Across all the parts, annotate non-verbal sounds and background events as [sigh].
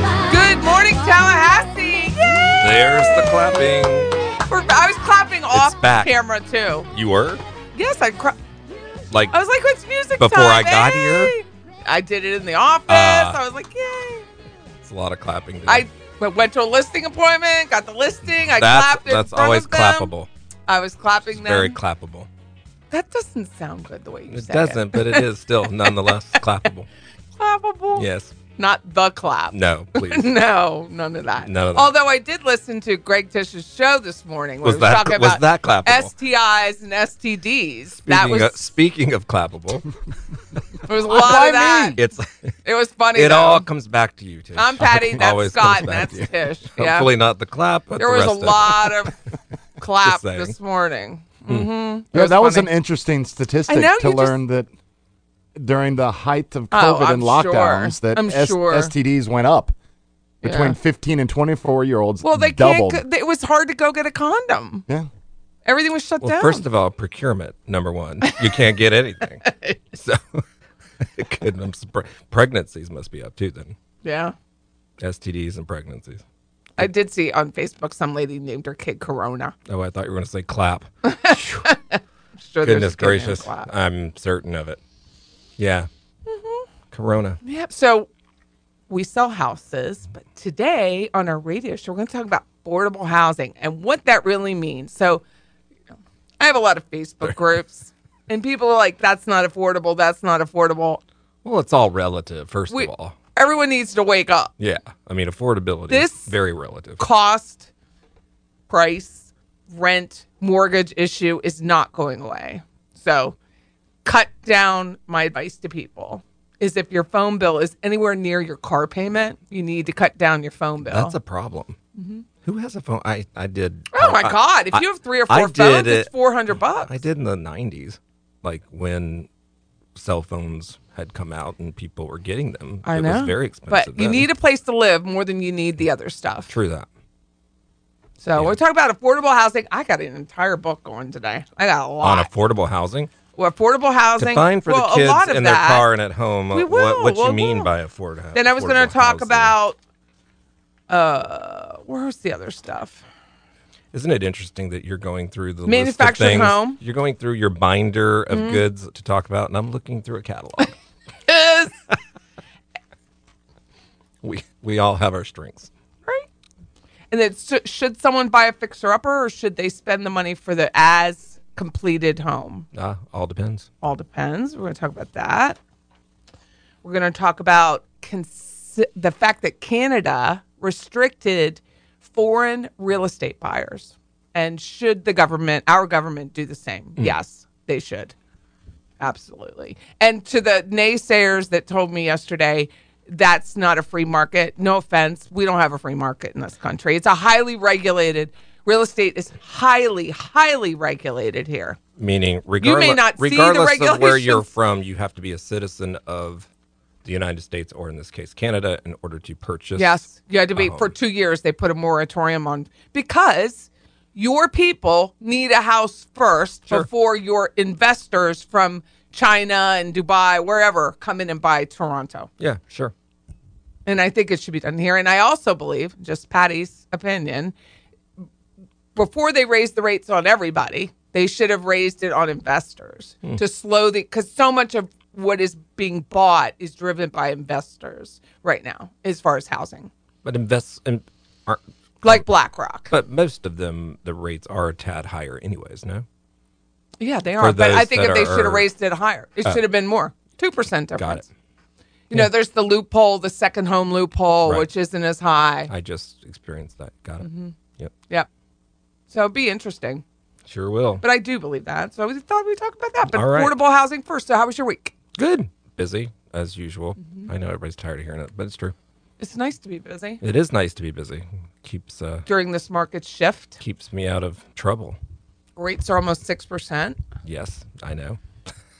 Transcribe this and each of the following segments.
five. Good morning, Tallahassee. Yay! There's the clapping. We're, I was clapping off back. camera too. You were Yes, I. Cra- like I was like, "It's music Before time, I got hey!" here? I did it in the office. Uh, I was like, "Yay!" it's a lot of clapping. today. I w- went to a listing appointment, got the listing. I that's clapped. In that's front always of them. clappable. I was clapping them. It's very clappable. that doesn't sound good the way you It said doesn't, but it is still [laughs] nonetheless clappable. Clappable. Yes. Not the clap. No. [laughs] Please. No, none of that. None of that. Although I did listen to Greg Tish's show this morning. Where Was he was that talking was about that clappable? STIs and STDs. that Speaking was of, speaking [laughs] of clappable, there was a lot of that. it's It was funny. it though. all comes back to you, Tish. I'm [laughs] Patty. That's Always Scott. comes And back that's to you. Tish. Yeah. Hopefully not the clap, but there the was a rest of it. lot [laughs] of clap Just saying. this morning. Mm-hmm. Yeah, that was an interesting statistic I know, to you just- learn that during the height of Oh, COVID I'm and lockdowns, sure. that I'm sure. STDs went up between Yeah. 15 and 24 year olds. Well, they doubled. can't. It was hard to go get a condom. yeah. Everything was shut Well, down. first of all, procurement number one. You can't [laughs] get anything, so [laughs] it could. I'm surprised. Pregnancies must be up too then. yeah. STDs and pregnancies. I did see on Facebook some lady named her kid Corona. Oh, I thought you were going to say clap. Sure Oh, there's Goodness a kid named gracious. Clap. Mm-hmm. I'm certain of it. Yeah. Corona. Yep. So we sell houses, but today on our radio show, we're going to talk about affordable housing and what that really means. So I have a lot of [laughs] Facebook groups, and people are like, that's not affordable. That's not affordable. Well, it's all relative, first We- of all. Everyone needs to wake up. Yeah. I mean, affordability This- is very relative. Cost, price, rent, mortgage issue is not going away. So cut down my advice to people. Is if your phone bill is anywhere near your car payment, you need to cut down your phone bill. That's a problem. Who has a phone? I, I did. Mm-hmm. Oh my I- God! If I- you have three or I four did phones, it's it- four hundred bucks. I did in the 90s, like when cell phones had come out and people were getting them. I it know. was very But expensive. you then. need a place to live more than you need the other stuff. True that. So we're talking about affordable housing. I got an entire book on today. I got a On lot. affordable housing. Well, affordable housing. Define for well, the kids a lot of in that. their car and at home We uh, will, what, what we you mean will. by affordable. Then I was going to talk about. Uh, where's the other stuff? Isn't it interesting that you're going through the Manufactured list of things? home. Mm-hmm. You're going through your binder of goods to talk about, and I'm looking through [laughs] a catalog. Yes. we we all have our strengths. right? And then sh- should someone buy a fixer upper or should they spend the money for the as completed home? Ah, all depends. All depends. We're going to talk about that. We're going to talk about consi- the fact that Canada restricted foreign real estate buyers. And should the government, our government, do the same? Yes, they should. Absolutely. And to the naysayers that told me yesterday, that's not a free market. No offense. We don't have a free market in this country. It's a highly regulated, real estate is highly, highly regulated here. Meaning, regardless, not see the regardless of where you're regulations. from, you have to be a citizen of the United States, or in this case, Canada, in order to purchase. Yes, you had to be for Um, two years. They put a moratorium on because your people need a house first before your investors from China and Dubai, wherever, come in and buy Toronto. Yeah, sure. And I think it should be done here. And I also believe, just Patty's opinion, before they raised the rates on everybody, they should have raised it on investors to slow the because so much of what is being bought is driven by investors right now, as far as housing, But invest in. Are, like BlackRock. but most of them, the rates are a tad higher, anyways. No. Yeah, they are. for But I those think that if they are- Oh. should have raised it higher, it should have been more. Two percent Got it. difference. You know, there's the loophole, the second home loophole, Right. which isn't as high. I just experienced that. Got it. Yep. Yep. So it'd be interesting. Sure will. But I do believe that. So we thought we'd talk about that. But All right. affordable housing first. So how was your week? Good. Busy as usual. I know everybody's tired of hearing it, but it's true. It's nice to be busy It is nice to be busy. Keeps uh during this market shift. keeps me out of trouble. Rates are almost six percent, Yes, I know.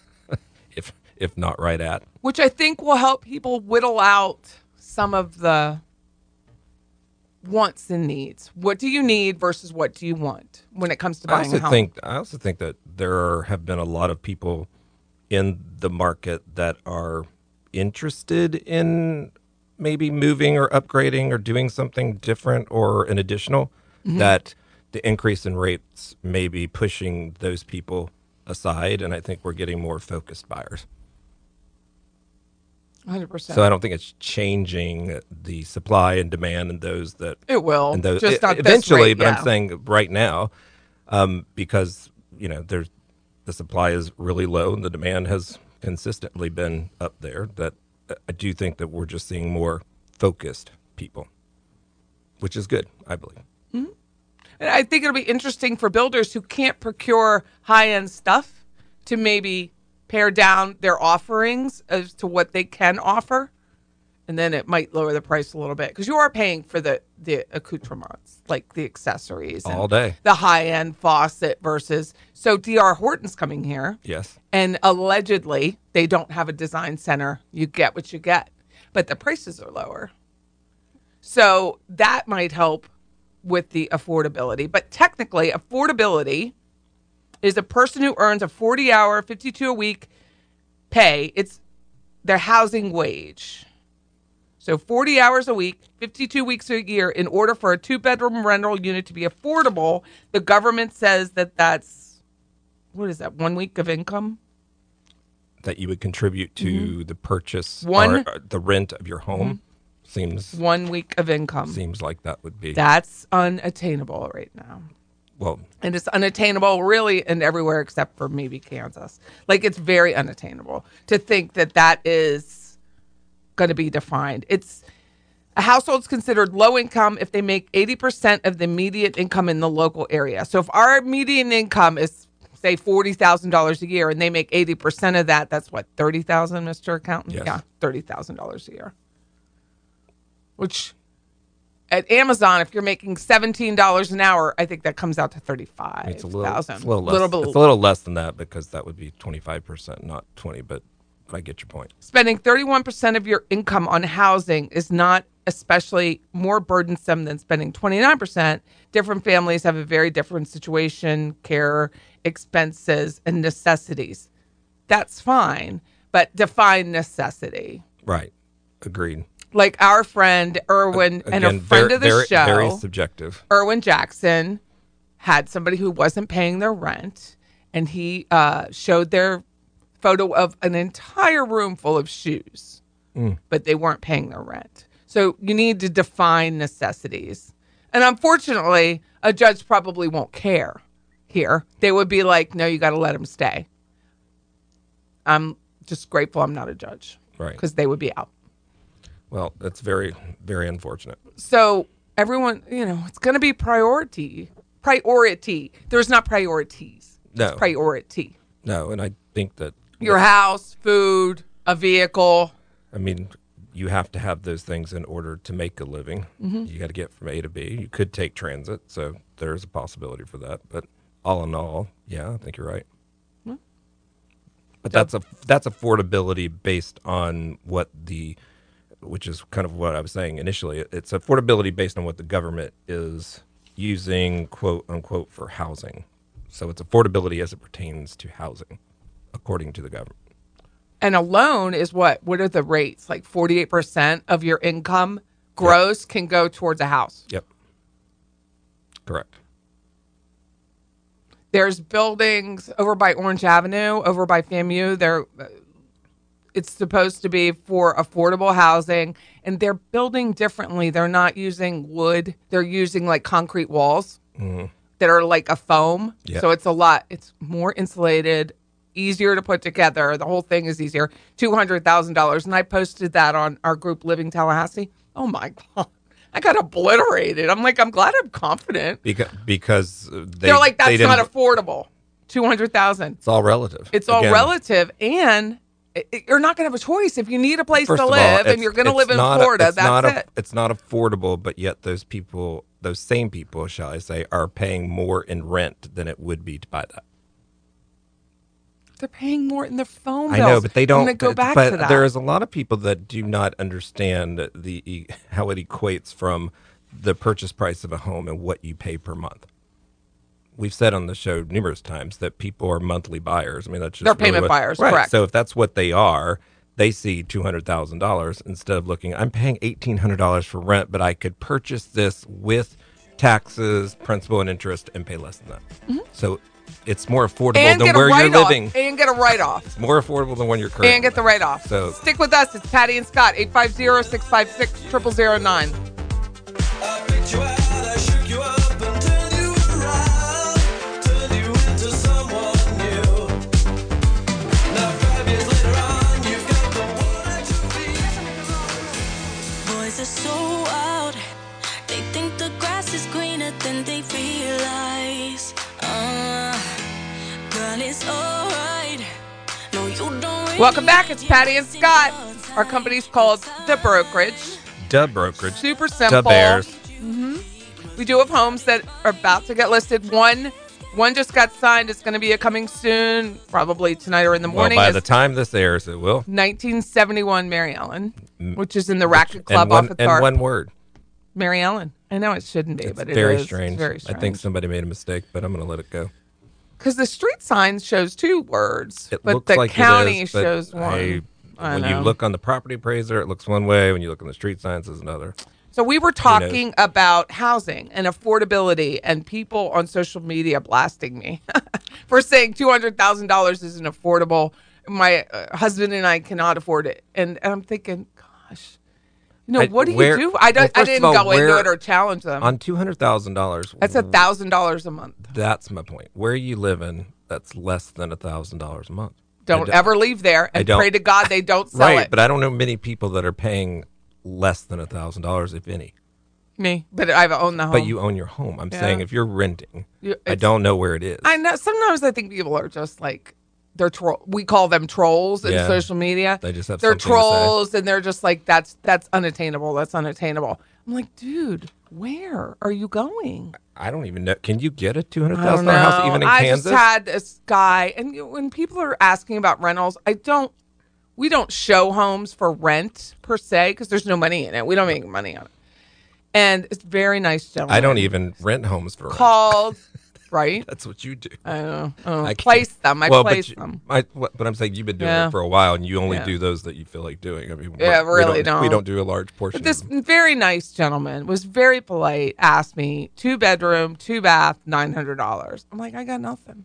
[laughs] if if not right at. which I think will help people whittle out some of the wants and needs. What do you need versus what do you want when it comes to I buying also a home? think I also think that there have been a lot of people in the market that are interested in maybe moving or upgrading or doing something different or an additional Mm-hmm. that the increase in rates may be pushing those people aside and I think we're getting more focused buyers. 100%. So I don't think it's changing the supply and demand and those that It will. and those Just it- not this eventually, rate, but yeah. I'm saying right now, um, because you know there's the supply is really low and the demand has consistently been up there. That uh, I do think that we're just seeing more focused people, which is good, I believe. And I think it'll be interesting for builders who can't procure high end stuff to maybe pare down their offerings as to what they can offer. And then it might lower the price a little bit because you are paying for the, the accoutrements, like the accessories, and All day. the high end faucet versus. So, DR Horton's coming here. Yes, And allegedly, they don't have a design center. You get what you get, but the prices are lower. So that might help with the affordability. But technically, affordability is a person who earns a 40 hour, 52 a week pay. It's their housing wage. So 40 hours a week, 52 weeks a year. In order for a two bedroom rental unit to be affordable, the government says that that's what is that, one week of income? that you would contribute to the purchase Mm-hmm. One- Mm-hmm. or uh, the rent of your home seems one week of income. seems like that would be That's unattainable right now. well And it's unattainable really and everywhere except for maybe Kansas. Like it's very unattainable to think that that is going to be defined. It's a household's considered low income if they make 80% of the median income in the local area. So if our median income is say $40,000 a year and they make 80% of that, that's what 30,000 Mr. Accountant. Yes. Yeah, $30,000 a year. Which at Amazon, if you're making seventeen dollars an hour, I think that comes out to thirty five. It's a little, it's a little less. little, it's bit- a little less than that because that would be twenty five percent, not twenty. But but I get your point. Spending thirty one percent of your income on housing is not especially more burdensome than spending twenty nine percent. Different families have a very different situation, care, expenses, and necessities. That's fine, but define necessity. Right. Agreed. Like our friend Erwin and a Again, friend very, of the very, show, Very subjective. Erwin Jackson had somebody who wasn't paying their rent, and he uh, showed their photo of an entire room full of shoes, but they weren't paying their rent. So you need to define necessities. And unfortunately, a judge probably won't care here. They would be like, no, you got to let them stay. I'm just grateful I'm not a judge Right. because they would be out Well, that's very, very unfortunate. so everyone, you know, it's going to be priority. Priority. There's not priorities. No. It's priority. No, and I think that Your house, food, a vehicle. I mean, you have to have those things in order to make a living. You got to get from A to B. You could take transit, so there's a possibility for that. But all in all, yeah, I think you're right. But that's a that's affordability based on what the, which is kind of what I was saying initially. It- It's affordability based on what the government is using, quote unquote, for housing. So it's affordability as it pertains to housing, according to the government. And a loan is what? What are the rates? Like 48% of your income gross can go towards a house. Yep. Correct. There's buildings over by Orange Avenue, over by FAMU. They're, uh, it's supposed to be for affordable housing, and they're building differently. They're not using wood; they're using like concrete walls that are like a foam. Yeah. So it's a lot. It's more insulated, easier to put together. The whole thing is easier. Two hundred thousand dollars, and I posted that on our group, Living Tallahassee. Oh my [laughs] god, I got obliterated. I'm like, I'm glad I'm confident. Because because uh, they, They're like, that's they didn't- not affordable. Two hundred thousand. It's all relative. It's all Again, relative, and i- i- you're not going to have a choice if you need a place to first of all, live it's- and you're going to it's live in not a- Florida. it's that's not a- it. It's not affordable, but yet those people, those same people, shall I say, are paying more in rent than it would be to buy that. They're paying more in their phone I bills. know, but they don't. I'm going to go but- back but to that. there is a lot of people that do not understand the e- how it equates from the purchase price of a home and what you pay per month. We've said on the show numerous times that people are monthly buyers. I mean, that's just They're really payment what- buyers, right? correct. So if that's what they are, they see two hundred thousand dollars instead of looking. I'm paying eighteen hundred dollars for rent, but I could purchase this with taxes, principal, and interest, and pay less than that. So it's more affordable Mm-hmm. and than get a where you're write off. living. And get a write off. More affordable than when you're currently. And get the write off. So- Stick with us. It's Patty and Scott, 850 656 0009. Boys are so out. They think the grass is greener than they realize. Uh, girl, it's alright. No, you don't. really Welcome back. It's need Patty and to Scott. see Our no company's signs. called The Brokerage. Dub brokerage. Super Dub simple. Bears. We do have homes that are about to get listed. One, one just got signed. It's going to be a coming soon, probably tonight or in the Well, morning. by It's the time this airs, it will. 1971 Mary Ellen, which is in the Racket Club Mm. and one, off of and Tharp. one word. Mary Ellen. I know it shouldn't be, It's but it very is. It's strange. very I think strange. somebody made a mistake, but I'm going to let it go. Because the street sign shows two words, It but looks the like it county is, but shows one. I- I when you know. look on the property appraiser, it looks one way. When you look on the street signs, it's another. So we were talking about housing and affordability and people on social media blasting me [laughs] for saying $200,000 isn't affordable. My uh, husband and I cannot afford it. And, and I'm thinking, gosh, you know, I- what do where- you do? I, don't, well, I first of didn't all, go into where- it or challenge them. On two hundred thousand dollars, That's a $1,000 a month. That's my point. Where you live in, that's less than a thousand dollars a month. I Don't ever leave there and don't- pray to God [laughs] they don't sell right, it. but I don't know many people that are paying less than a thousand dollars, if any. me, but I've owned the home. But you own your home. I'm saying if you're renting, You- I Oh. it's- don't know where it is. I know sometimes I think people are just like they're troll. We call them trolls in Yeah. social media. They just have they're something to say. trolls, and they're just like that's that's unattainable. That's unattainable. I'm like, dude, where are you going? I don't even know. Can you get a two hundred I don't thousand dollar house know. even in I Kansas? just had this guy, and you- when people are asking about rentals, I don't. We don't show homes for rent per se because there's no money in it. We don't make money on it. And it's very nice gentleman. e I don't even rent homes for rent. called right? That's what you do. I don't know. I don't know. [laughs] I can't- place them. I well, place but you- them. I, what- but I'm saying you've been doing Yeah. it for a while, and you only Yeah. do those that you feel like doing. I mean, Yeah, we're- really we don't, We don't. don't do a large portion. But of this them. very nice gentleman was very polite, asked me two bedroom, two bath, $900. I'm like, I got nothing.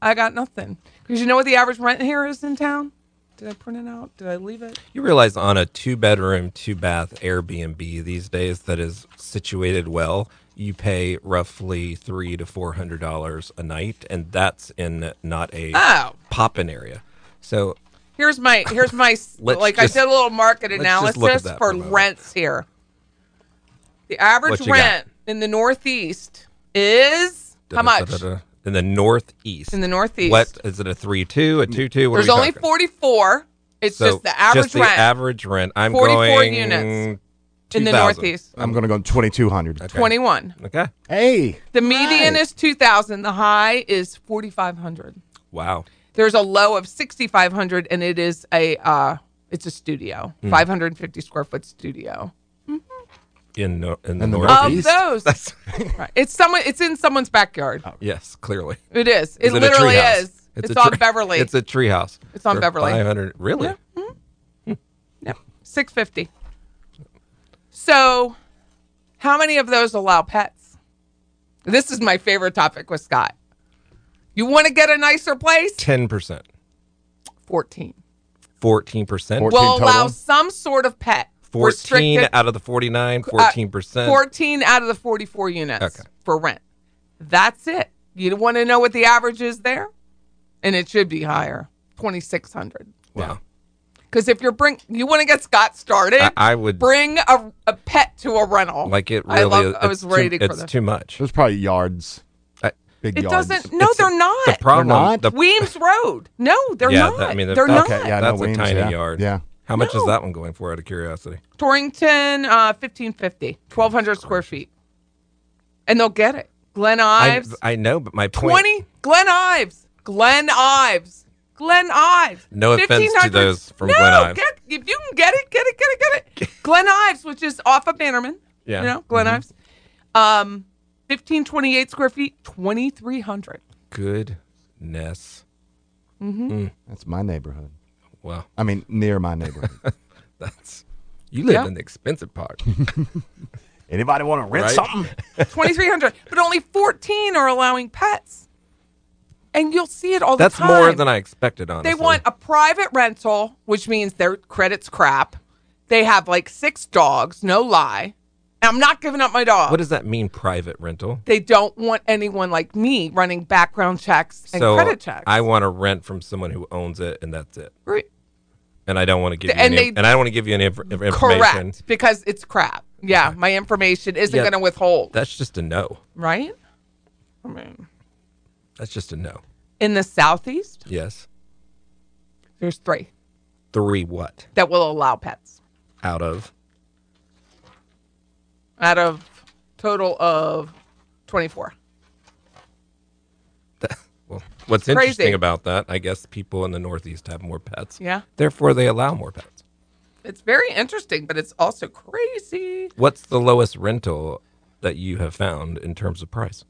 I got nothing. Because you know what the average rent here is in town? Did I print it out? Did I leave it? You realize on a two bedroom, two bath Airbnb these days that is situated well, you pay roughly three to four hundred dollars a night, and that's in not a Oh. poppin area. So Here's my here's my s- [laughs] Let's like just- I did a little market let's just look analysis at that for for a moment. rents here. The average What you got? rent in the Northeast is how much? da-da-da-da-da. in the northeast? In the Northeast. what is it? A three two, a two two? What There's are we only talking? 44. It's So just the average just the rent. average rent. I'm 44 going units in the 2,000. Northeast. I'm going to go 2200. Okay. 21. Okay. Hey, The median is 2,000. The high is 4,500. Wow. There's a low of 6,500, and it is a uh, it's a studio, Hmm. 550 square foot studio. In no, in the In the northeast. Northeast. Of those, [laughs] That's right. it's someone it's in someone's backyard. yes, clearly. It is. It Oh. Is it a literally treehouse? is. It's, a on tree- Beverly. It's a treehouse. It's on Beverly. Five hundred. Really? Yeah. Mm-hmm. Six fifty. So, how many of those allow pets? This is my favorite topic with Scott. You want to get a nicer place? Ten percent. Fourteen. Fourteen percent. Four- Will 14 allow total? some sort of pet. Fourteen Restricted- Uh, out of the forty-nine. Fourteen percent. 14 out of the 44 units Okay. for rent. That's it. You want to know what the average is there? And it should be higher, 2600. Wow. Because if you're bring, you want to get Scott started. I, I would bring a, a pet to a rental. like it. Really, I, love, I it's was too- ready for It's that. too much. there's probably yards. I- Big It yards. doesn't. No, It's a- they're not. The problem. not? The, Weems Road. No, they're yeah, not. that- I mean, they're that's, not. Okay, yeah. I know that's a Weems, tiny yeah. yard. Yeah. How much is No. that one going for? Out of curiosity. Torrington, uh, 1550, 1,200 square feet. And they'll get it. Glen I, Ives. I know, but my point. 20 Glen Ives. Glen Ives. Glen Ives. No offense to 1500 those from no, Glen Ives. Get, if you can get it, get it, get it, get [laughs] it. Glen Ives, which is off of Bannerman. Yeah. Mm-hmm. You know, Glen Ives. Um, 1528 square feet, 2,300. Goodness. That's my neighborhood. Wow. I mean, near [laughs] my neighborhood. That's. You live Yeah. in the expensive part. Anybody want to rent Right? something? 2,300. [laughs] but only 14 are allowing pets. And you'll see it all That's the time. more than I expected, honestly. They want a private rental, which means their credit's crap. They have like six dogs, no lie. And I'm not giving up my dog. What does that mean, private rental? they don't want anyone like me running background checks and so credit checks. I want to rent from someone who owns it, and that's it. Right. And I don't want to give you And any, they- and I don't want to give you any inf- information. correct because it's crap. Yeah, my information isn't Yeah. going to withhold. That's just a no. right? I mean, That's just a no. in the southeast, Yes. there's three Three what that will allow pets out of? out of total of 24. Well, what's Crazy. interesting about that, I guess, people in the Northeast have more pets. Yeah. Therefore, they allow more pets. It's very interesting, but it's also crazy. What's the lowest rental that you have found in terms of price?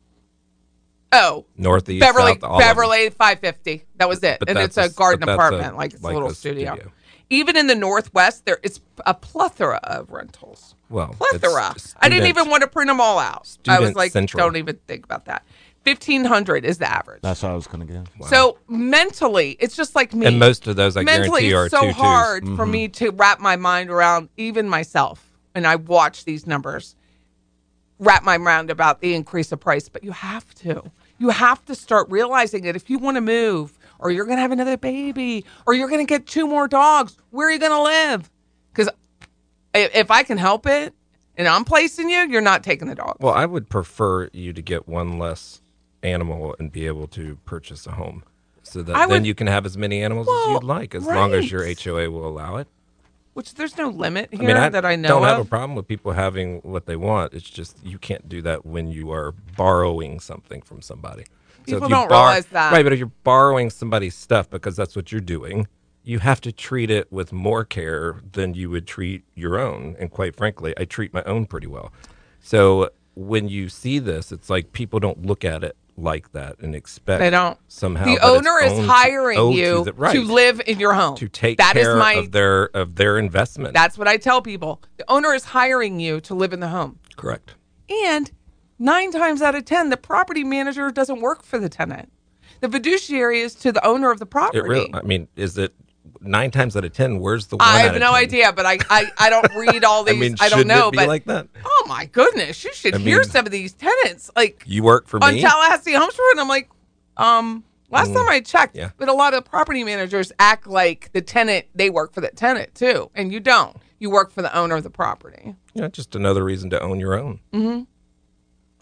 Oh, Northeast, Beverly, South, all of them. Beverly, five fifty. That was it, But and that's it's a a s- garden but that's apartment, a- like it's like a little a studio. studio. Even in the Northwest, there it's a plethora of rentals. Well, it's plethora. I didn't student- even want to print them all out. I was student like, central. don't even think about that. Fifteen hundred is the average. That's what I was going to guess. So mentally, it's just like me. And most of those, I mentally, guarantee, are Mm-hmm. it's so two twos. hard for me to wrap my mind around even myself. And I watch these numbers, wrap my mind about the increase of price. But you have to, you have to start realizing that if you want to move, or you're going to have another baby, or you're going to get two more dogs, where are you going to live? Because if I can help it, and I'm placing you, you're not taking the dog. Well, I would prefer you to get one less animal and be able to purchase a home, so that I then would- you can have as many animals as Well, you'd like, as long as right. your HOA will allow it. Which there's no limit here I mean, I that I know don't of. have a problem with people having what they want. It's just you can't do that when you are borrowing something from somebody. People if you don't realize that. right? But if you're borrowing somebody's stuff because that's what you're doing, you have to treat it with more care than you would treat your own. And quite frankly, I treat my own pretty well. So when you see this, it's like people don't look at it like that and expect They don't. somehow the that it's owner is owned to- hiring owed you to, the- right, live in your home. to take That is care my of their of their investment. That's what I tell people. The owner is hiring you to live in the home. correct. And nine times out of 10, the property manager doesn't work for the tenant. The fiduciary is to the owner of the property. It really. I mean, is it nine times out of ten? Where's the one? I out have of no 10? idea, but I, I, I [laughs] don't read all I these. I, mean, don't shouldn't know. it be but like that? oh my goodness, you should I hear mean- some of these tenants. Like You work for on me. Mm. Tallahassee Homes for Rent, I'm like, um, last time I checked, Yeah. but a lot of property managers act like the tenant, they work for the tenant too. And you don't. You work for the owner of the property. yeah, just another reason to own your own. Mm-hmm.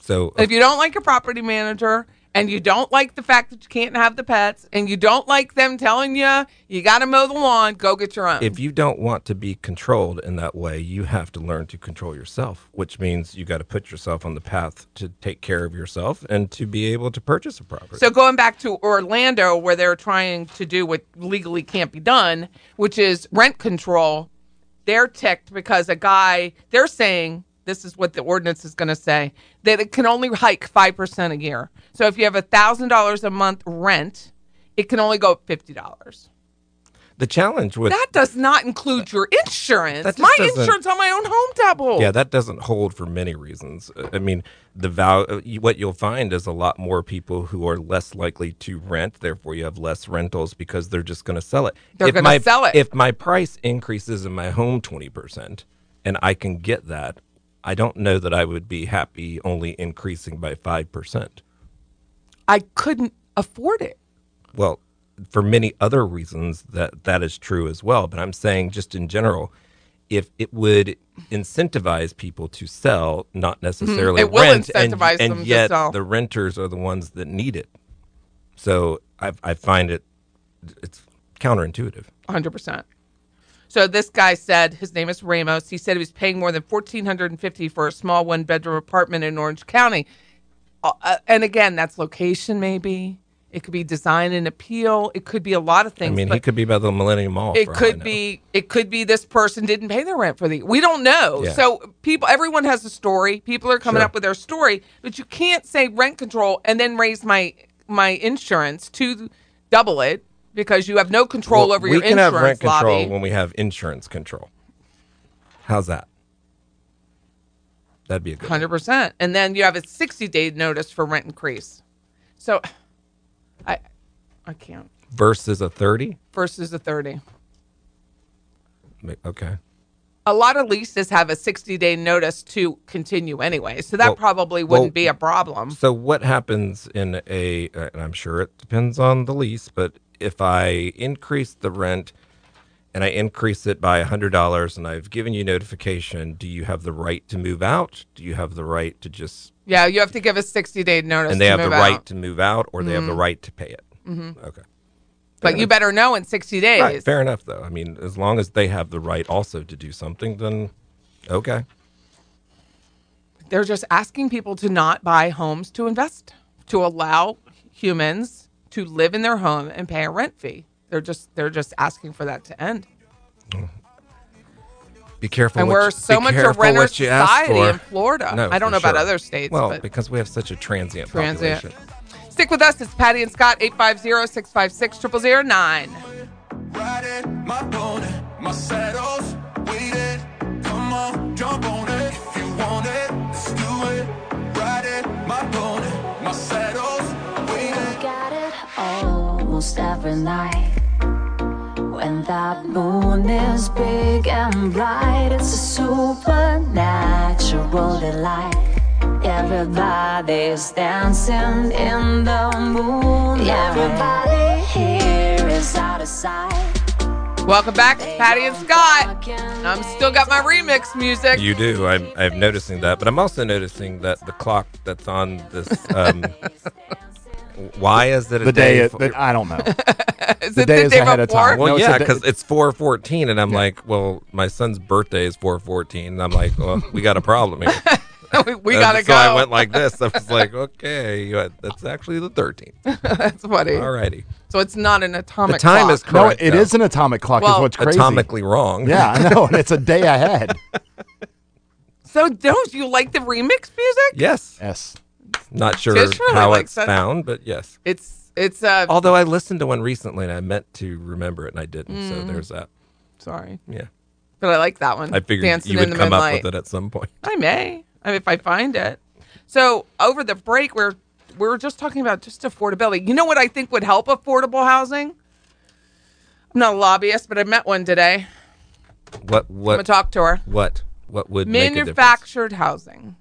So If you don't like your property manager and you don't like the fact that you can't have the pets and you don't like them telling you you got to mow the lawn, go get your own. if you don't want to be controlled in that way, you have to learn to control yourself, which means you got to put yourself on the path to take care of yourself and to be able to purchase a property. So going back to Orlando, where they're trying to do what legally can't be done, which is rent control, they're ticked because a guy they're saying this is what the ordinance is going to say that it can only hike five percent a year. So if you have a thousand dollars a month rent, it can only go up fifty dollars. the challenge with That does not include your insurance. That just my doesn't- insurance on my own home double. Yeah, that doesn't hold for many reasons. Uh, I mean, the val- uh, you- what you'll find is a lot more people who are less likely to rent. Therefore, you have less rentals because they're just going to sell it. They're If gonna my- sell it. If my price increases in my home twenty percent, and I can get that, I don't know that I would be happy only increasing by five percent. I couldn't afford it. Well, for many other reasons that that is true as well, but I'm saying just in general, if it would incentivize people to sell, not necessarily Mm-hmm. It will rent, and, incentivize and them to yet sell. the renters are the ones that need it. So I, I find it it's counterintuitive. 100%. So this guy said his name is Ramos. He said he was paying more than 1450 for a small one bedroom apartment in Orange County. Uh, uh, and again, that's location maybe. It could be design and appeal. It could be a lot of I things. mean, but he could be by the Millennium Mall. it for all I could know. be it could be this person didn't pay their rent for the we don't know. Yeah. So people everyone has a story. People are coming Sure. up with their story, but you can't say rent control and then raise my my insurance to double it because you have no control Well, over we your can insurance have rent control lobby. when we have insurance control. How's that? That'd be a good. Hundred percent. And then you have a sixty day notice for rent increase. So I I can't. Versus a thirty. Versus a thirty. Ma- Okay. A lot of leases have a sixty day notice to continue anyway. So that Well- probably wouldn't well- be a problem. So what happens in a uh, and I'm sure it depends on the lease, but if I increase the rent and I increase it by $100 and I've given you notification, do you have the right to move out? Do you have the right to just Yeah, you have to give a sixty day notice. and they to have the move out. right to move out or they have the right to pay it? Mm-hmm. Okay. but you better know in sixty days. Right, fair enough though. I mean, as long as they have the right also to do something, then okay. They're just asking people to not buy homes to invest, to allow humans to live in their home and pay a rent fee. They're just they're just asking for that to end. Be careful. and what we're you- so be much a careful renter what you ask society for. in Florida. No, I don't for know about sure. other states. Well, but because we have such a transient, Transient. population. stick with us. It's Patty and Scott, 850 656 0009. Riding my pony, my saddle's weighted. Come on, jump on it if you want it. Let's do it. Riding my pony, my saddle's weighted. Got it almost every night. When that moon is big and bright, it's a supernatural delight. Everybody's dancing in the moon. Everybody here is out of sight. Welcome back. It's Patty and Scott. I'm still got my remix music. You do. I'm, I'm noticing that, but I'm also noticing that the clock that's on this. Um, why is it a The day, for- that I don't know. [laughs] Is the it day the is day ahead of before? time. well, No, it's yeah, a day- because it's four fourteen, and I'm like, well, my son's birthday is four fourteen, and I'm like, well, we got a problem [laughs] here. we, [laughs] we And gotta so go. I went like this. I was like, okay, you- that's actually the thirteenth. That's funny. Alrighty, So it's not an atomic. the time clock. is no, correct. it though. is an atomic clock. Well- is what's crazy. atomically wrong. Yeah, I know, and it's a day ahead. So don't you like the remix music? Yes. Yes. Not sure Tish really how likes it's that. found, but yes. It's it's uh Although I listened to one recently and I meant to remember it and I didn't. Mm. So there's that. sorry, Yeah. but I like that one. I figured Dancing you in would the come moonlight. up with it at some point. I may. I mean, if I find it. So over the break, we're we were just talking about just affordability. You know what I think would help affordable housing? I'm not a lobbyist, but I met one today. What I'm gonna what talk to her. what what would make a difference? Manufactured housing.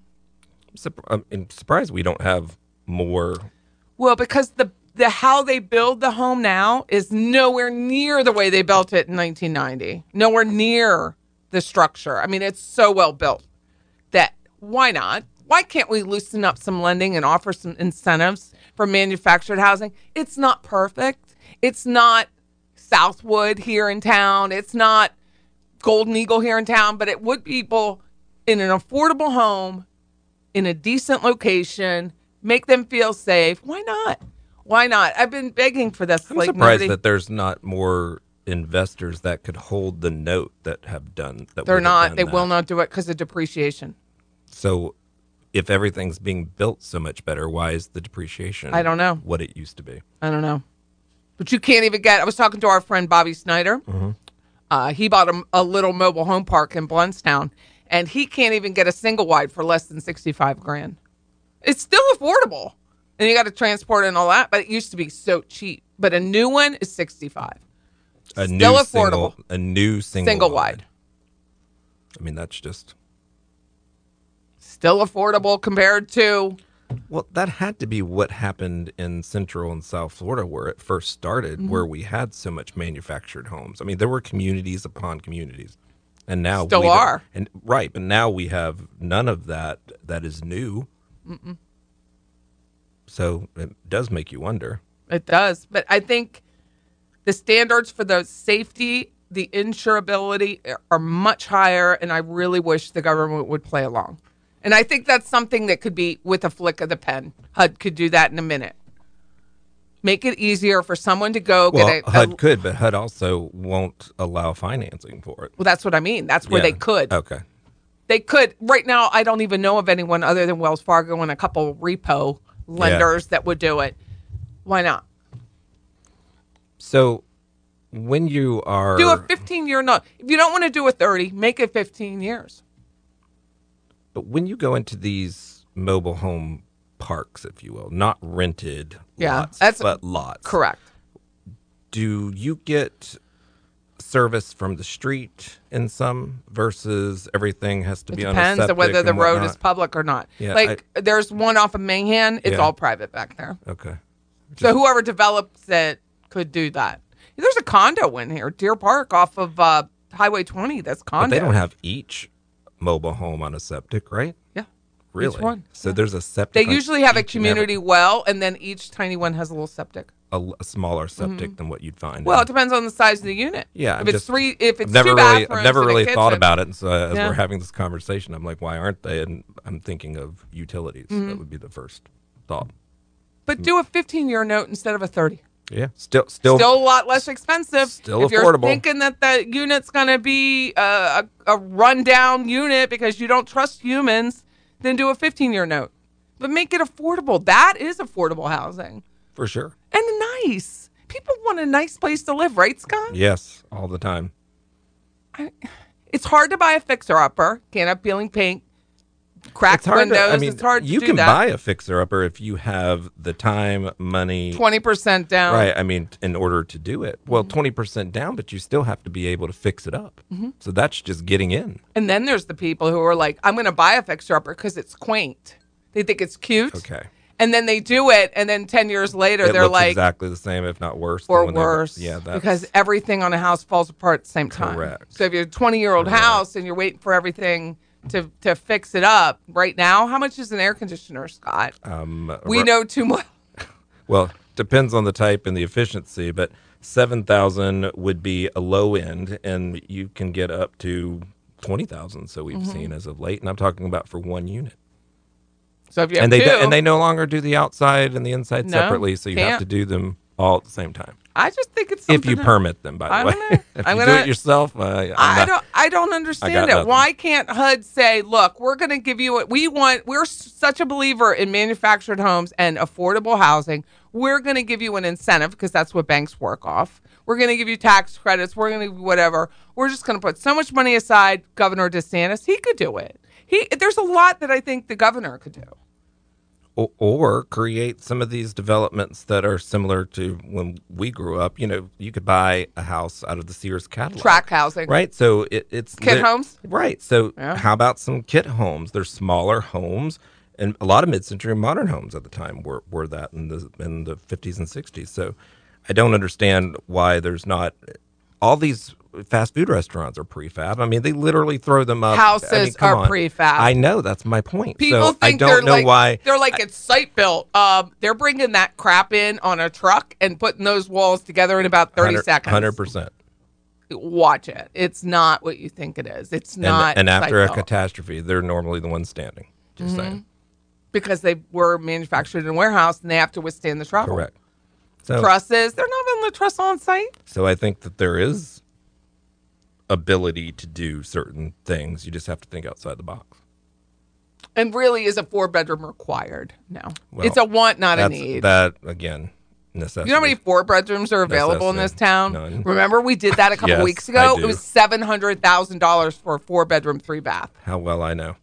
Surp- I'm- I'm surprised we don't have more. Well, because the the how they build the home now is nowhere near the way they built it in 1990. Nowhere near the structure. I mean, it's so well built that why not? Why can't we loosen up some lending and offer some incentives for manufactured housing? It's not perfect. It's not Southwood here in town. It's not Golden Eagle here in town, but it would people in an affordable home in a decent location, make them feel safe. Why not? Why not? I've been begging for this. I'm like surprised nobody- that there's not more investors that could hold the note that have done that. would they're have not. done They that. will not do it because of depreciation. So, if everything's being built so much better, why is the depreciation? I don't know. what it used to be. I don't know. But you can't even get. I was talking to our friend Bobby Snyder. Uh, he bought a, a little mobile home park in Bluntstown, and he can't even get a single wide for less than sixty-five grand. It's still affordable, and you got to transport and all that. But it used to be so cheap. But a new one is sixty-five. A Still new affordable. Single, a new single, Single wide. I mean, that's just Still affordable compared to Well, that had to be what happened in Central and South Florida where it first started, Mm-hmm. where we had so much manufactured homes. I mean, there were communities upon communities. And now Still we don't- are. And right, but now we have none of that that is new. So it does make you wonder. It does. But I think the standards for the safety, the insurability are much higher. And I really wish the government would play along. And I think that's something that could be with a flick of the pen. HUD could do that in a minute. Make it easier for someone to go Well, get a, a- HUD could, but HUD also won't allow financing for it. Well, that's what I mean. That's where Yeah. Oh. they could. Okay. They could. Right now, I don't even know of anyone other than Wells Fargo and a couple repo lenders that would do it. Why not? So when you are Do a 15 year note. If you don't want to do a 30, make it 15 years. But when you go into these mobile home parks, if you will, not rented Yeah, lots, that's- but lots, Correct. Do you get service from the street in some versus everything has to It be depends on a on whether septic the and road whatnot? is public or not. Yeah, like there's one off of Mahan, it's Yeah. all private back there. Okay, So whoever develops it could do that. There's a condo in here, Deer Park off of uh, Highway 20. That's condo. but they don't have each mobile home on a septic, right? Yeah. Really? one, So there's a septic. They on usually have a each and every- community well, and then each tiny one has a little septic. a, l- a smaller septic than what you'd find. Mm-hmm. Well, in- it depends on the size of the unit. Yeah, if I'm it's just- three, if it's I've never two really, bathrooms, I've never and a really thought kitchen. about it. And so uh, as Yeah. we're having this conversation, I'm like, why aren't they? And I'm thinking of utilities. Mm-hmm. That would be the first thought. But do a 15 year note instead of a 30. Yeah, still, still, still a lot less expensive. Still if you're affordable. thinking that the unit's going to be a, a, a rundown unit because you don't trust humans, then do a 15 year note. But make it affordable. That is affordable housing for sure. and nice. People want a nice place to live, right, Scott? Yes, all the time. It's hard to buy a fixer upper, can't have peeling paint, cracked windows. I mean, it's hard to you do can that. buy a fixer upper if you have the time, money. 20% down. Right. I mean, in order to do it, well, Mm-hmm. 20% down, but you still have to be able to fix it up. So that's just getting in. And then there's the people who are like, I'm going to buy a fixer upper because it's quaint. They think it's cute. Okay. and then they do it, and then ten years later it they're looks like, exactly the same, if not worse. than or when they were- worse, yeah, that's, because everything on a house falls apart at the same time. Correct. So if you're a 20 year old house and you're waiting for everything to to fix it up right now, how much is an air conditioner, Scott? um, we ri- know too much. Well, depends on the type and the efficiency, but 7,000 would be a low end, and you can get up to 20,000. So we've Mm-hmm. seen as of late, and I'm talking about for one unit. [laughs] So if you have and they two, do- and they no longer do the outside and the inside No, separately, so you have can't. to do them all at the same time. I just think it's something if you that- permit them, by the I way. don't know. [laughs] if I'm you do gonna- it yourself, uh, I'm I not- don't. I don't understand got it. nothing. Why can't HUD say, "Look, we're going to give you what we want. We're s- such a believer in manufactured homes and affordable housing. We're going to give you an incentive because that's what banks work off. We're going to give you tax credits. We're going to give you whatever. We're just going to put so much money aside." Governor DeSantis, he could do it. He there's a lot that I think the governor could do. o- or create some of these developments that are similar to when we grew up. You know, you could buy a house out of the Sears catalog. Track housing, Right. So it, it's Kit homes? Right. So Yeah. how about some kit homes? They're smaller homes. And a lot of mid-century and modern homes at the time were, were that in the in the 50s and 60s. So I don't understand why there's not all these fast food restaurants are prefab. I mean, they literally throw them up. I mean, Houses come are on. prefab. I know that's my point. People so think I they're don't know like, why they're like it's site built. Um, they're bringing that crap in on a truck and putting those walls together in about thirty seconds. Hundred percent. Watch it. It's not what you think it is. It's not. And, and after a site-built. catastrophe, they're normally the ones standing. Just Mm-hmm. saying. because they were manufactured in a warehouse and they have to withstand the trouble. Correct. So, Trusses, they're not building the truss on site. so I think that there is ability to do certain things. You just have to think outside the box. And really, is a four bedroom required? No, Well, it's a want, not a That's need. that again necessity. You know how many four bedrooms are available in this Necessity. town? None. Remember, we did that a couple [laughs] Yes, weeks I ago. It do. Oh, was seven hundred thousand dollars for a four bedroom, three bath. How well I know.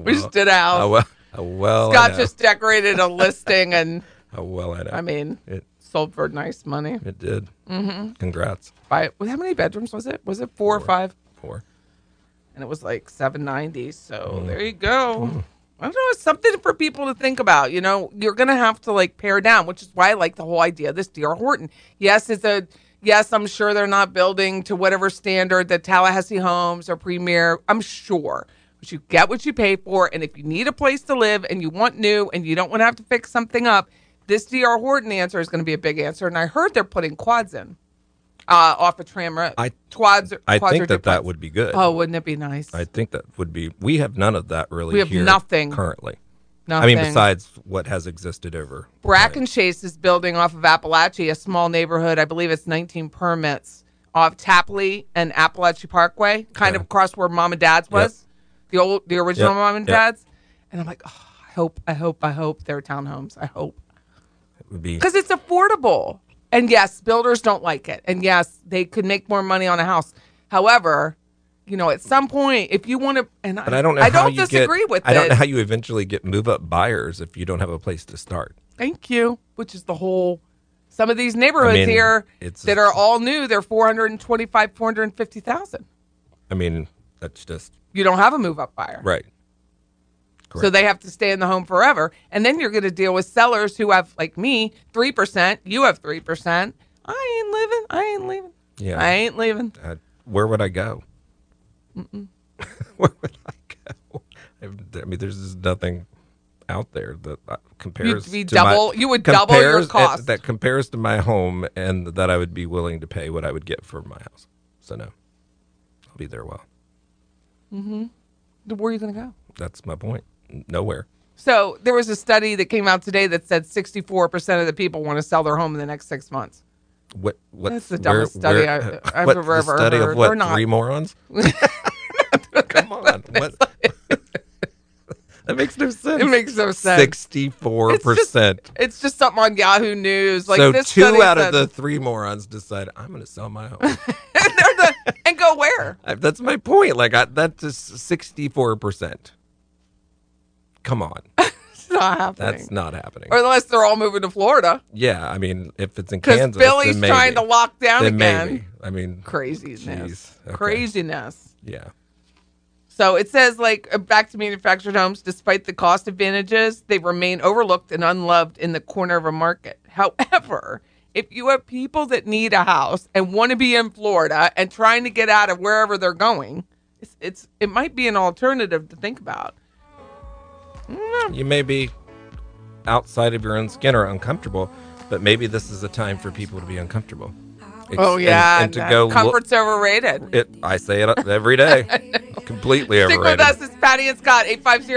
[laughs] We just did a house. How well, how well I Scott know. just decorated a listing, and How well I know. I [laughs] mean, it, sold for nice money. it did. Mm-hmm. Congrats. By well, how many bedrooms was it? Was it four, or five? Four. And it was like seven ninety. So Mm. there you go. I don't know. It's something for people to think about. You know, you're gonna have to like pare down, which is why I like the whole idea of this D.R. Horton. Yes, it's a yes. I'm sure they're not building to whatever standard that Tallahassee Homes or Premier. I'm sure. But you get what you pay for, and if you need a place to live and you want new and you don't want to have to fix something up, this D.R. Horton answer is going to be a big answer. And I heard they're putting quads in uh, off of Tram Road. I- quads. I quads or think that that duplexes. would be good. Oh, wouldn't it be nice? I think that would be. We have none of that really. We have here nothing. currently. Nothing. I mean, besides what has existed over. Bracken Chase is building off of Appalachia, a small neighborhood. I believe it's 19 permits off Tapley and Appalachia Parkway, kind of across where Mom and Dad's was, the old, the original Yep. Mom and Yep. Dad's. And I'm like, oh, I hope, I hope, I hope they're townhomes. I hope It would be because it's affordable. And yes, builders don't like it. And yes, they could make more money on a house. However, you know, at some point, if you want to, and But I don't know. I how don't you disagree get, with I don't it. know how you eventually get move up buyers if you don't have a place to start. Thank you. Which is the whole. Some of these neighborhoods I mean, here it's- that are all new, they're 425, 450,000. I mean, that's just You don't have a move up buyer. right. So they have to stay in the home forever. And then you're going to deal with sellers who have, like me, 3%. You have 3%. I ain't living. I ain't leaving. Yeah. I ain't leaving. Uh, where would I go? [laughs] where would I go? I, I mean, there's just nothing out there that uh, compares. You'd be to my- double- you would double your compares- uh, cost. that compares to my home, and that I would be willing to pay what I would get for my house. So no, I'll be there. Well, Where are you going to go? that's my point. Nowhere. So there was a study that came out today that said 64% of the people want to sell their home in the next six months. What? What? uh, That's the dumbest study I- I've what, ever, the ever study heard. of what? We're not- [laughs] Three morons. [laughs] Come on. What? [laughs] that makes no sense. It makes no sense. Sixty-four percent. It's just something on Yahoo News. Like so this two study out of said- the three morons decide I'm going to sell my home. [laughs] They're the- [laughs] and go where? I- that's my point. Like I, that's just sixty-four percent. Come [laughs] on, It's not happening. that's not happening. or unless they're all moving to Florida yeah, I mean, if it's in because Kansas, Billy's then maybe. trying to lock down then again. maybe. I mean, Craziness. Jeez, okay. Craziness. yeah. So it says, like, uh, back to manufactured homes, despite the cost advantages, they remain overlooked and unloved in the corner of a market. However, if you have people that need a house and want to be in Florida and trying to get out of wherever they're going, it's, it's it might be an alternative to think about. You may be outside of your own skin or uncomfortable, but maybe this is a time for people to be uncomfortable. It's- Oh yeah, and, and to go comfort's overrated. look. It, I say it every day, [laughs] completely Stick with overrated. us. It's Patty and Scott, 850-656-0009. You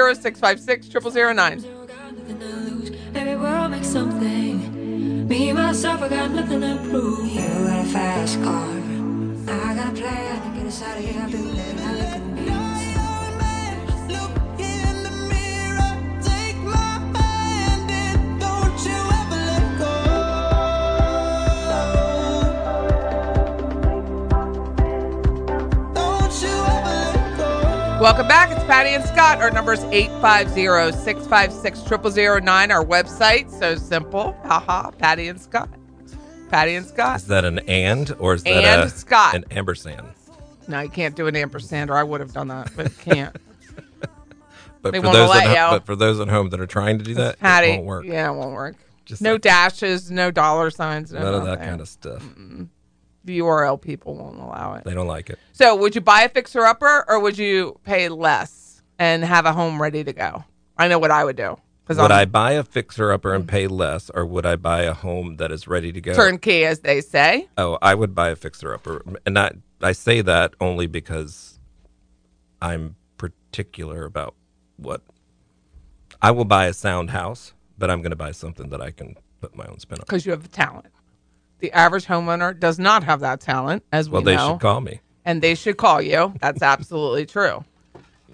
got the nothing to lose. Maybe we'll make something. Me, myself, I got nothing to prove. You got a fast car. I got a plan to get us out of here. I feel that I look in the Welcome back. It's Patty and Scott. Our number is 850 656 0009. Our website, so simple. Haha, Patty and Scott. Patty and Scott. Is that an and or is that And a, Scott. an ampersand? No, you can't do an ampersand, or I would have done that, [laughs] but can't. But They for won't those let at, you. ho- but for those at home that are trying to do that, Patty. it won't work. Yeah, it won't work. Just no like- dashes, no dollar signs, no None of that nothing. kind of stuff. The URL people won't allow it. They don't like it. So, would you buy a fixer upper or would you pay less and have a home ready to go? I know what I would do. Would i buy a fixer upper Mm. and pay less, or would I buy a home that is ready to go? Turnkey, as they say. Oh, I would buy a fixer upper, and I I say that only because I'm particular about what I will buy a sound house, but I'm going to buy something that I can put my own spin on. because you have talent. The average homeowner does not have that talent, as we Well, they know. should call me. and they should call you. [laughs] That's absolutely true.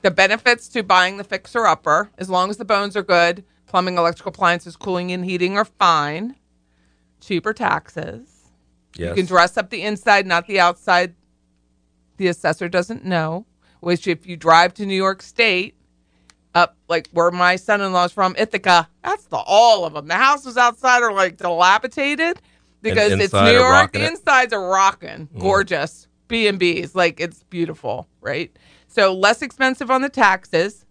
The benefits to buying the fixer upper, as long as the bones are good, plumbing, electrical appliances, cooling, and heating are fine. Cheaper taxes. You Yes. can dress up the inside, not the outside. The assessor doesn't know. Which, if you drive to New York State, up like where my son in law's from, Ithaca, that's the all of them. The houses outside are like dilapidated because it's inside New are York. rocking it. Mm-hmm. Insides are rocking, gorgeous B and B's. Like it's beautiful, right? So less expensive on the taxes.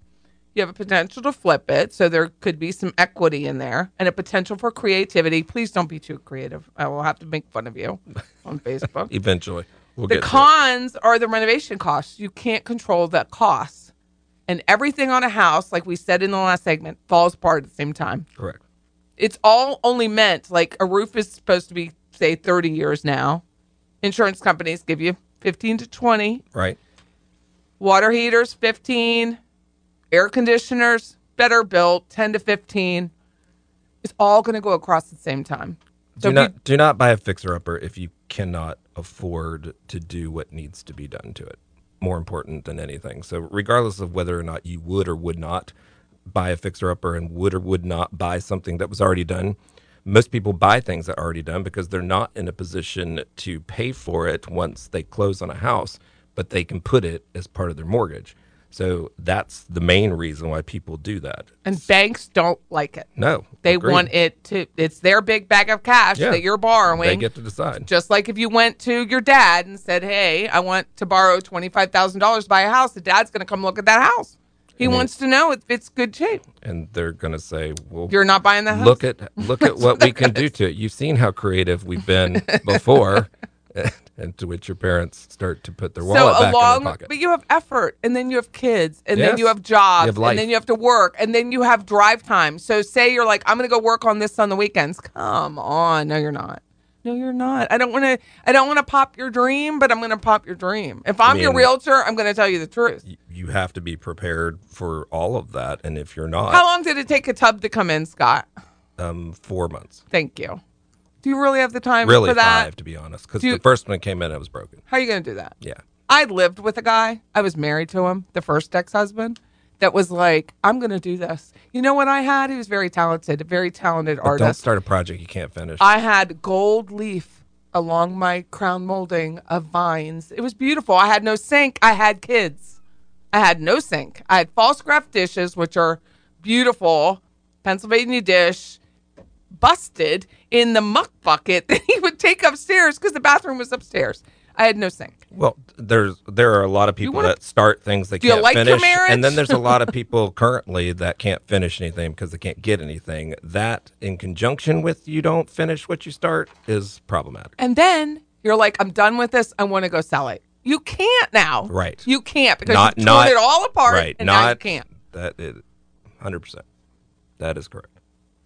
You have a potential to flip it, so there could be some equity in there and a potential for creativity. Please don't be too creative. I will have to make fun of you on Facebook. Eventually, we'll the get to it. cons are the renovation costs. You can't control the costs. And everything on a house, like we said in the last segment, falls apart at the same time correct. it's all only meant like a roof is supposed to be say 30 years now insurance companies give you 15 to 20 Right. water heaters 15 air conditioners better built 10 to 15 it's all going to go across at the same time Do if not you- do not buy a fixer upper if you cannot afford to do what needs to be done to it. More important than anything. So regardless of whether or not you would or would not buy a fixer upper and would or would not buy something that was already done, most people buy things that are already done because they're not in a position to pay for it once they close on a house, but they can put it as part of their mortgage. So that's the main reason why people do that. and banks don't like it No. they agreed. want it to it's their big bag of cash Yeah. that you're borrowing They get to decide. Just like if you went to your dad and said, "Hey, I want to borrow twenty five thousand dollars to buy a house," the dad's going to come look at that house. He wants to know if it's good shape. and they're going to say, "Well, You're not buying the house. look at look at what we can do to it." You've seen how creative we've [laughs] been before, [laughs] and to which your parents start to put their wallet so back in along, their pocket. but you have effort, and then you have kids, and then Yes. you have jobs, You have life. and then you have to work, and then you have drive time. So say you're like, "I'm going to go work on this on the weekends." Come on, no, you're not. No, you're not. I don't want to. I don't want to pop your dream, but I'm going to pop your dream. If I'm your mean- realtor, I'm going to tell you the truth. you have to be prepared for all of that, and if you're How not, long did it take a tub to come in, Scott? um, four months, Thank you. Do you really have the time really for that? five to be honest, because Do you- the first one came in, it was broken. How are you going to do that? Yeah, I lived with a guy. I was married to him, the first ex husband, that was like, I'm going to do this. You know what I had? He was very talented, a very talented but don't artist. start a project you can't finish. I had gold leaf along my crown molding of vines. It was beautiful. I had no sink. I had kids. I had no sink. I had false graph dishes, which are beautiful Pennsylvania dish, busted in the muck bucket [laughs] that he would take upstairs because the bathroom was upstairs. I had no sink. Well, there's there are a lot of people wanna- that start things they Do you can't like your finish, marriage? and then there's [laughs] a lot of people currently that can't finish anything because they can't get anything. That, in conjunction with you don't finish what you start, is problematic. And then you're like, I'm done with this. I want to go sell it. You can't now. Right. You can't because not you've not torn it all apart Right, and not now you can't. That is hundred percent. That is correct.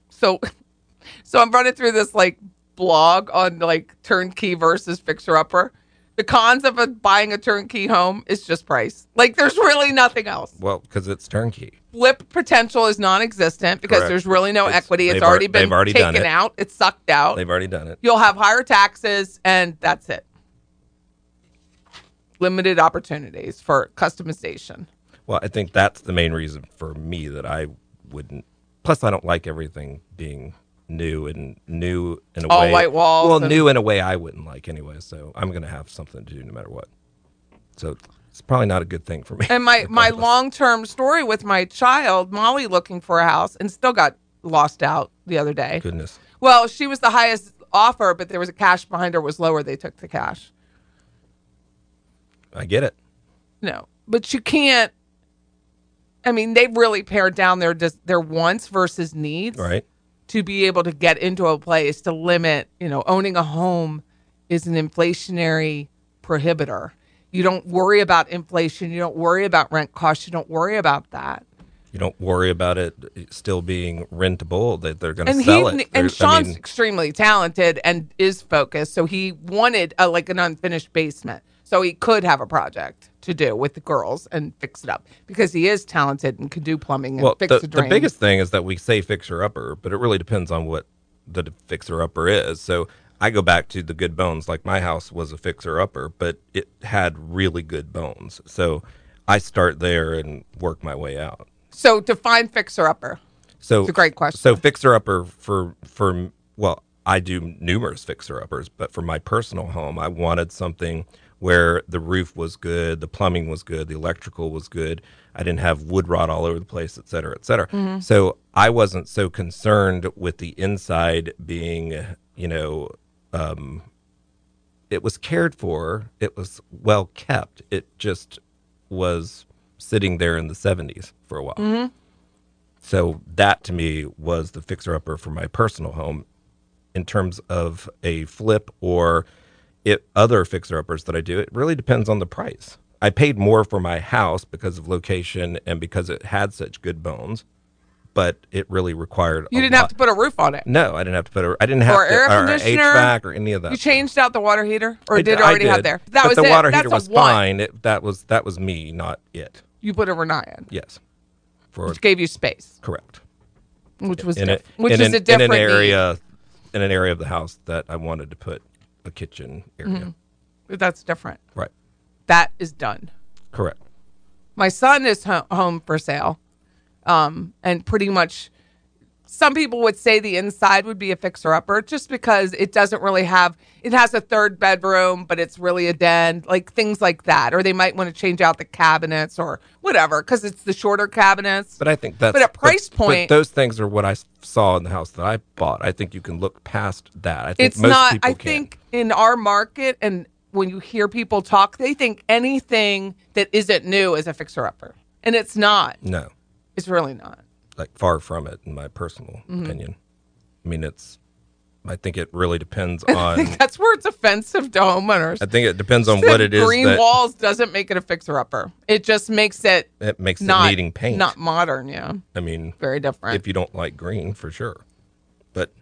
so [laughs] so I'm running through this like blog on like turnkey versus fixer upper. The cons of a, buying a turnkey home is just price. Like there's really nothing else. Well, because it's turnkey. flip potential is non-existent because Correct. there's really no It's- equity. It's they've al- already been they've already done taken it. out. It's sucked out. They've already done it. You'll have higher taxes, and that's it. Limited opportunities for customization. Well, I think that's the main reason for me that I wouldn't. Plus, I don't like everything being new and new in a All way. white walls Well, and- new in a way I wouldn't like anyway. So I'm going to have something to do no matter what. So it's probably not a good thing for me. And my my long term story with my child, Molly, looking for a house and still got lost out the other day. Goodness. Well, she was the highest offer, but there was a cash behind her was lower. They took the cash. I get it. No, but you can't. I mean, they've really pared down their dis- their wants versus needs. Right. to be able to get into a place to limit, you know, owning a home is an inflationary prohibitor. You don't worry about inflation. You don't worry about rent costs. You don't worry about that. You don't worry about it still being rentable, that they're going to and sell it. There- I and Sean's mean, extremely talented and is focused. So he wanted a, like an unfinished basement, so he could have a project to do with the girls and fix it up because he is talented and could do plumbing and well, fix the, a the drain. biggest thing is that we say fixer upper, but it really depends on what the d- fixer upper is. So I go back to the good bones. Like my house was a fixer upper, but it had really good bones. So I start there and work my way out. so define fixer upper. So It's a great question. So fixer upper for for well, I do numerous fixer uppers, but for my personal home, I wanted something where the roof was good, the plumbing was good, the electrical was good. I didn't have wood rot all over the place, et cetera, et cetera. Mm-hmm. Mhm. So I wasn't so concerned with the inside being, you know, um, it was cared for, it was well kept. It just was sitting there in the 70s for a while. Mhm. So that to me was the fixer upper for my personal home in terms of a flip or it, other fixer uppers that I do. It really depends on the price. I paid more for my house because of location and because it had such good bones, but it really required. You a didn't lot. have to put a roof on it. No, I didn't have to put a. I didn't have or to, air or conditioner, HVAC or any of that. You changed out the water heater, or I did d- it I already have did, there? That but was the it. water That's heater a was one. fine. It, that was that was me, not it. You put a Renaya, Yes, for which gave you space, correct. which was In a- diff- which in is an- a different in an need. area in an area of the house that I wanted to put a kitchen area. Mhm. That's different. Right. That is done. Correct. My son is ho- home for sale, um, and pretty much. Some people would say the inside would be a fixer upper just because it doesn't really have, it has a third bedroom, but it's really a den, like things like that. Or they might want to change out the cabinets or whatever because it's the shorter cabinets. But I think that's But at price point- But those things are what I s- saw in the house that I bought. I think you can look past that. I think it's most not people i can. think in our market and when you hear people talk they think anything that isn't new is a fixer upper and it's not no, it's really not like far from it in my personal Mhm. opinion. I mean, it's. I think it really depends [laughs] i on. think that's where it's offensive to homeowners I think it depends on what it is green that walls doesn't make it a fixer upper it just makes it it makes not it needing paint. not modern yeah I mean, very different if you don't like green for sure but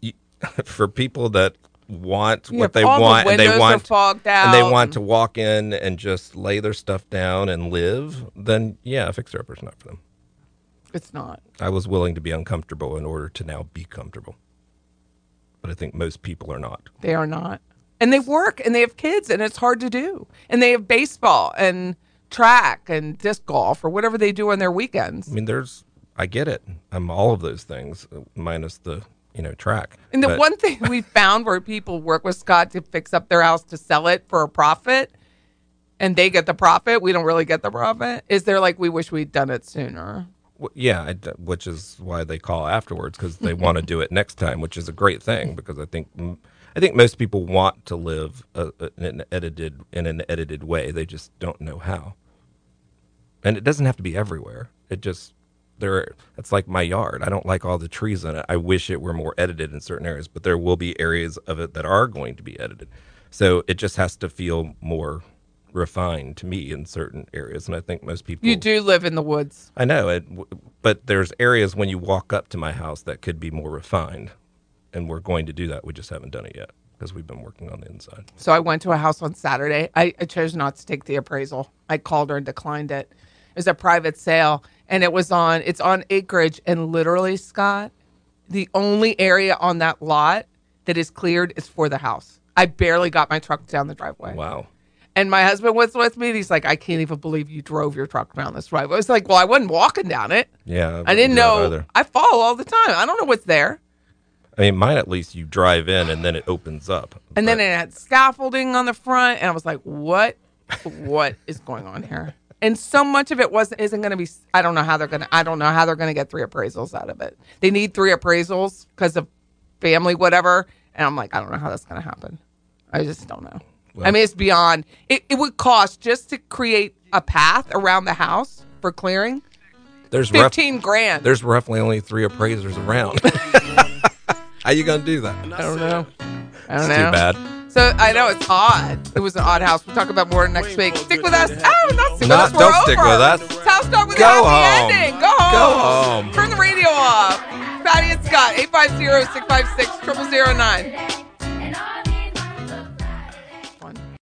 you, [laughs] for people that want You have what they all the want and they windows are want fogged and they out want to walk in and just lay their stuff down and live then yeah a fixer upper's not for them it's not i was willing to be uncomfortable in order to now be comfortable but i think most people are not they are not and they work and they have kids and it's hard to do and they have baseball and track and disc golf or whatever they do on their weekends i mean there's i get it i'm all of those things uh, minus the you know track And the But- one thing we found where people work with Scott to fix up their house to sell it for a profit, and they get the profit, we don't really get the profit, is they're like, we wish we'd done it sooner. Wh- Yeah, I d which is why they call afterwards because they want to do it next time, which is a great thing because I think m- I think most people want to live a, a- in an edited in an edited way. They just don't know how, and it doesn't have to be everywhere. It just there. It's like my yard. I don't like all the trees in it. I wish it were more edited in certain areas, but there will be areas of it that are going to be edited. So it just has to feel more refined to me in certain areas, and I think most people You do live in the woods. I know it, w- but there's areas when you walk up to my house that could be more refined, and we're going to do that. We just haven't done it yet because we've been working on the inside. So I went to a house on Saturday. I, I chose not to take the appraisal. I called her and declined it. was a private sale, and it was on. It's on acreage, and literally, Scott, the only area on that lot that is cleared is for the house. I barely got my truck down the driveway. Wow. And my husband was with me. And he's like, I can't even believe you drove your truck down this driveway. I was like, Well, I wasn't walking down it. Yeah. I didn't wouldn't do that know. either. I fall all the time. I don't know what's there. I mean, mine at least you drive in and then it opens up. And then it had scaffolding on the front, and I was like, "What? What is going on here?" And so much of it wasn't isn't going to be. I don't know how they're going to. I don't know how they're going to get three appraisals out of it. They need three appraisals because of family, whatever. And I'm like, I don't know how that's going to happen. I just don't know. I mean, it's beyond. It, it would cost just to create a path around the house for clearing. There's rough- 15 grand. There's roughly only three [laughs] appraisers around. How you gonna do that? I don't know. I It's don't too know. bad. So I know it's odd. It was an odd house. We'll talk about more next week. Stick with us. Oh, not stick Not- with us. We're don't stick over. with us. It's House Dog with a Go happy home. ending. Go home. home. Turn the radio off. Patty and Scott, 850 656 0009.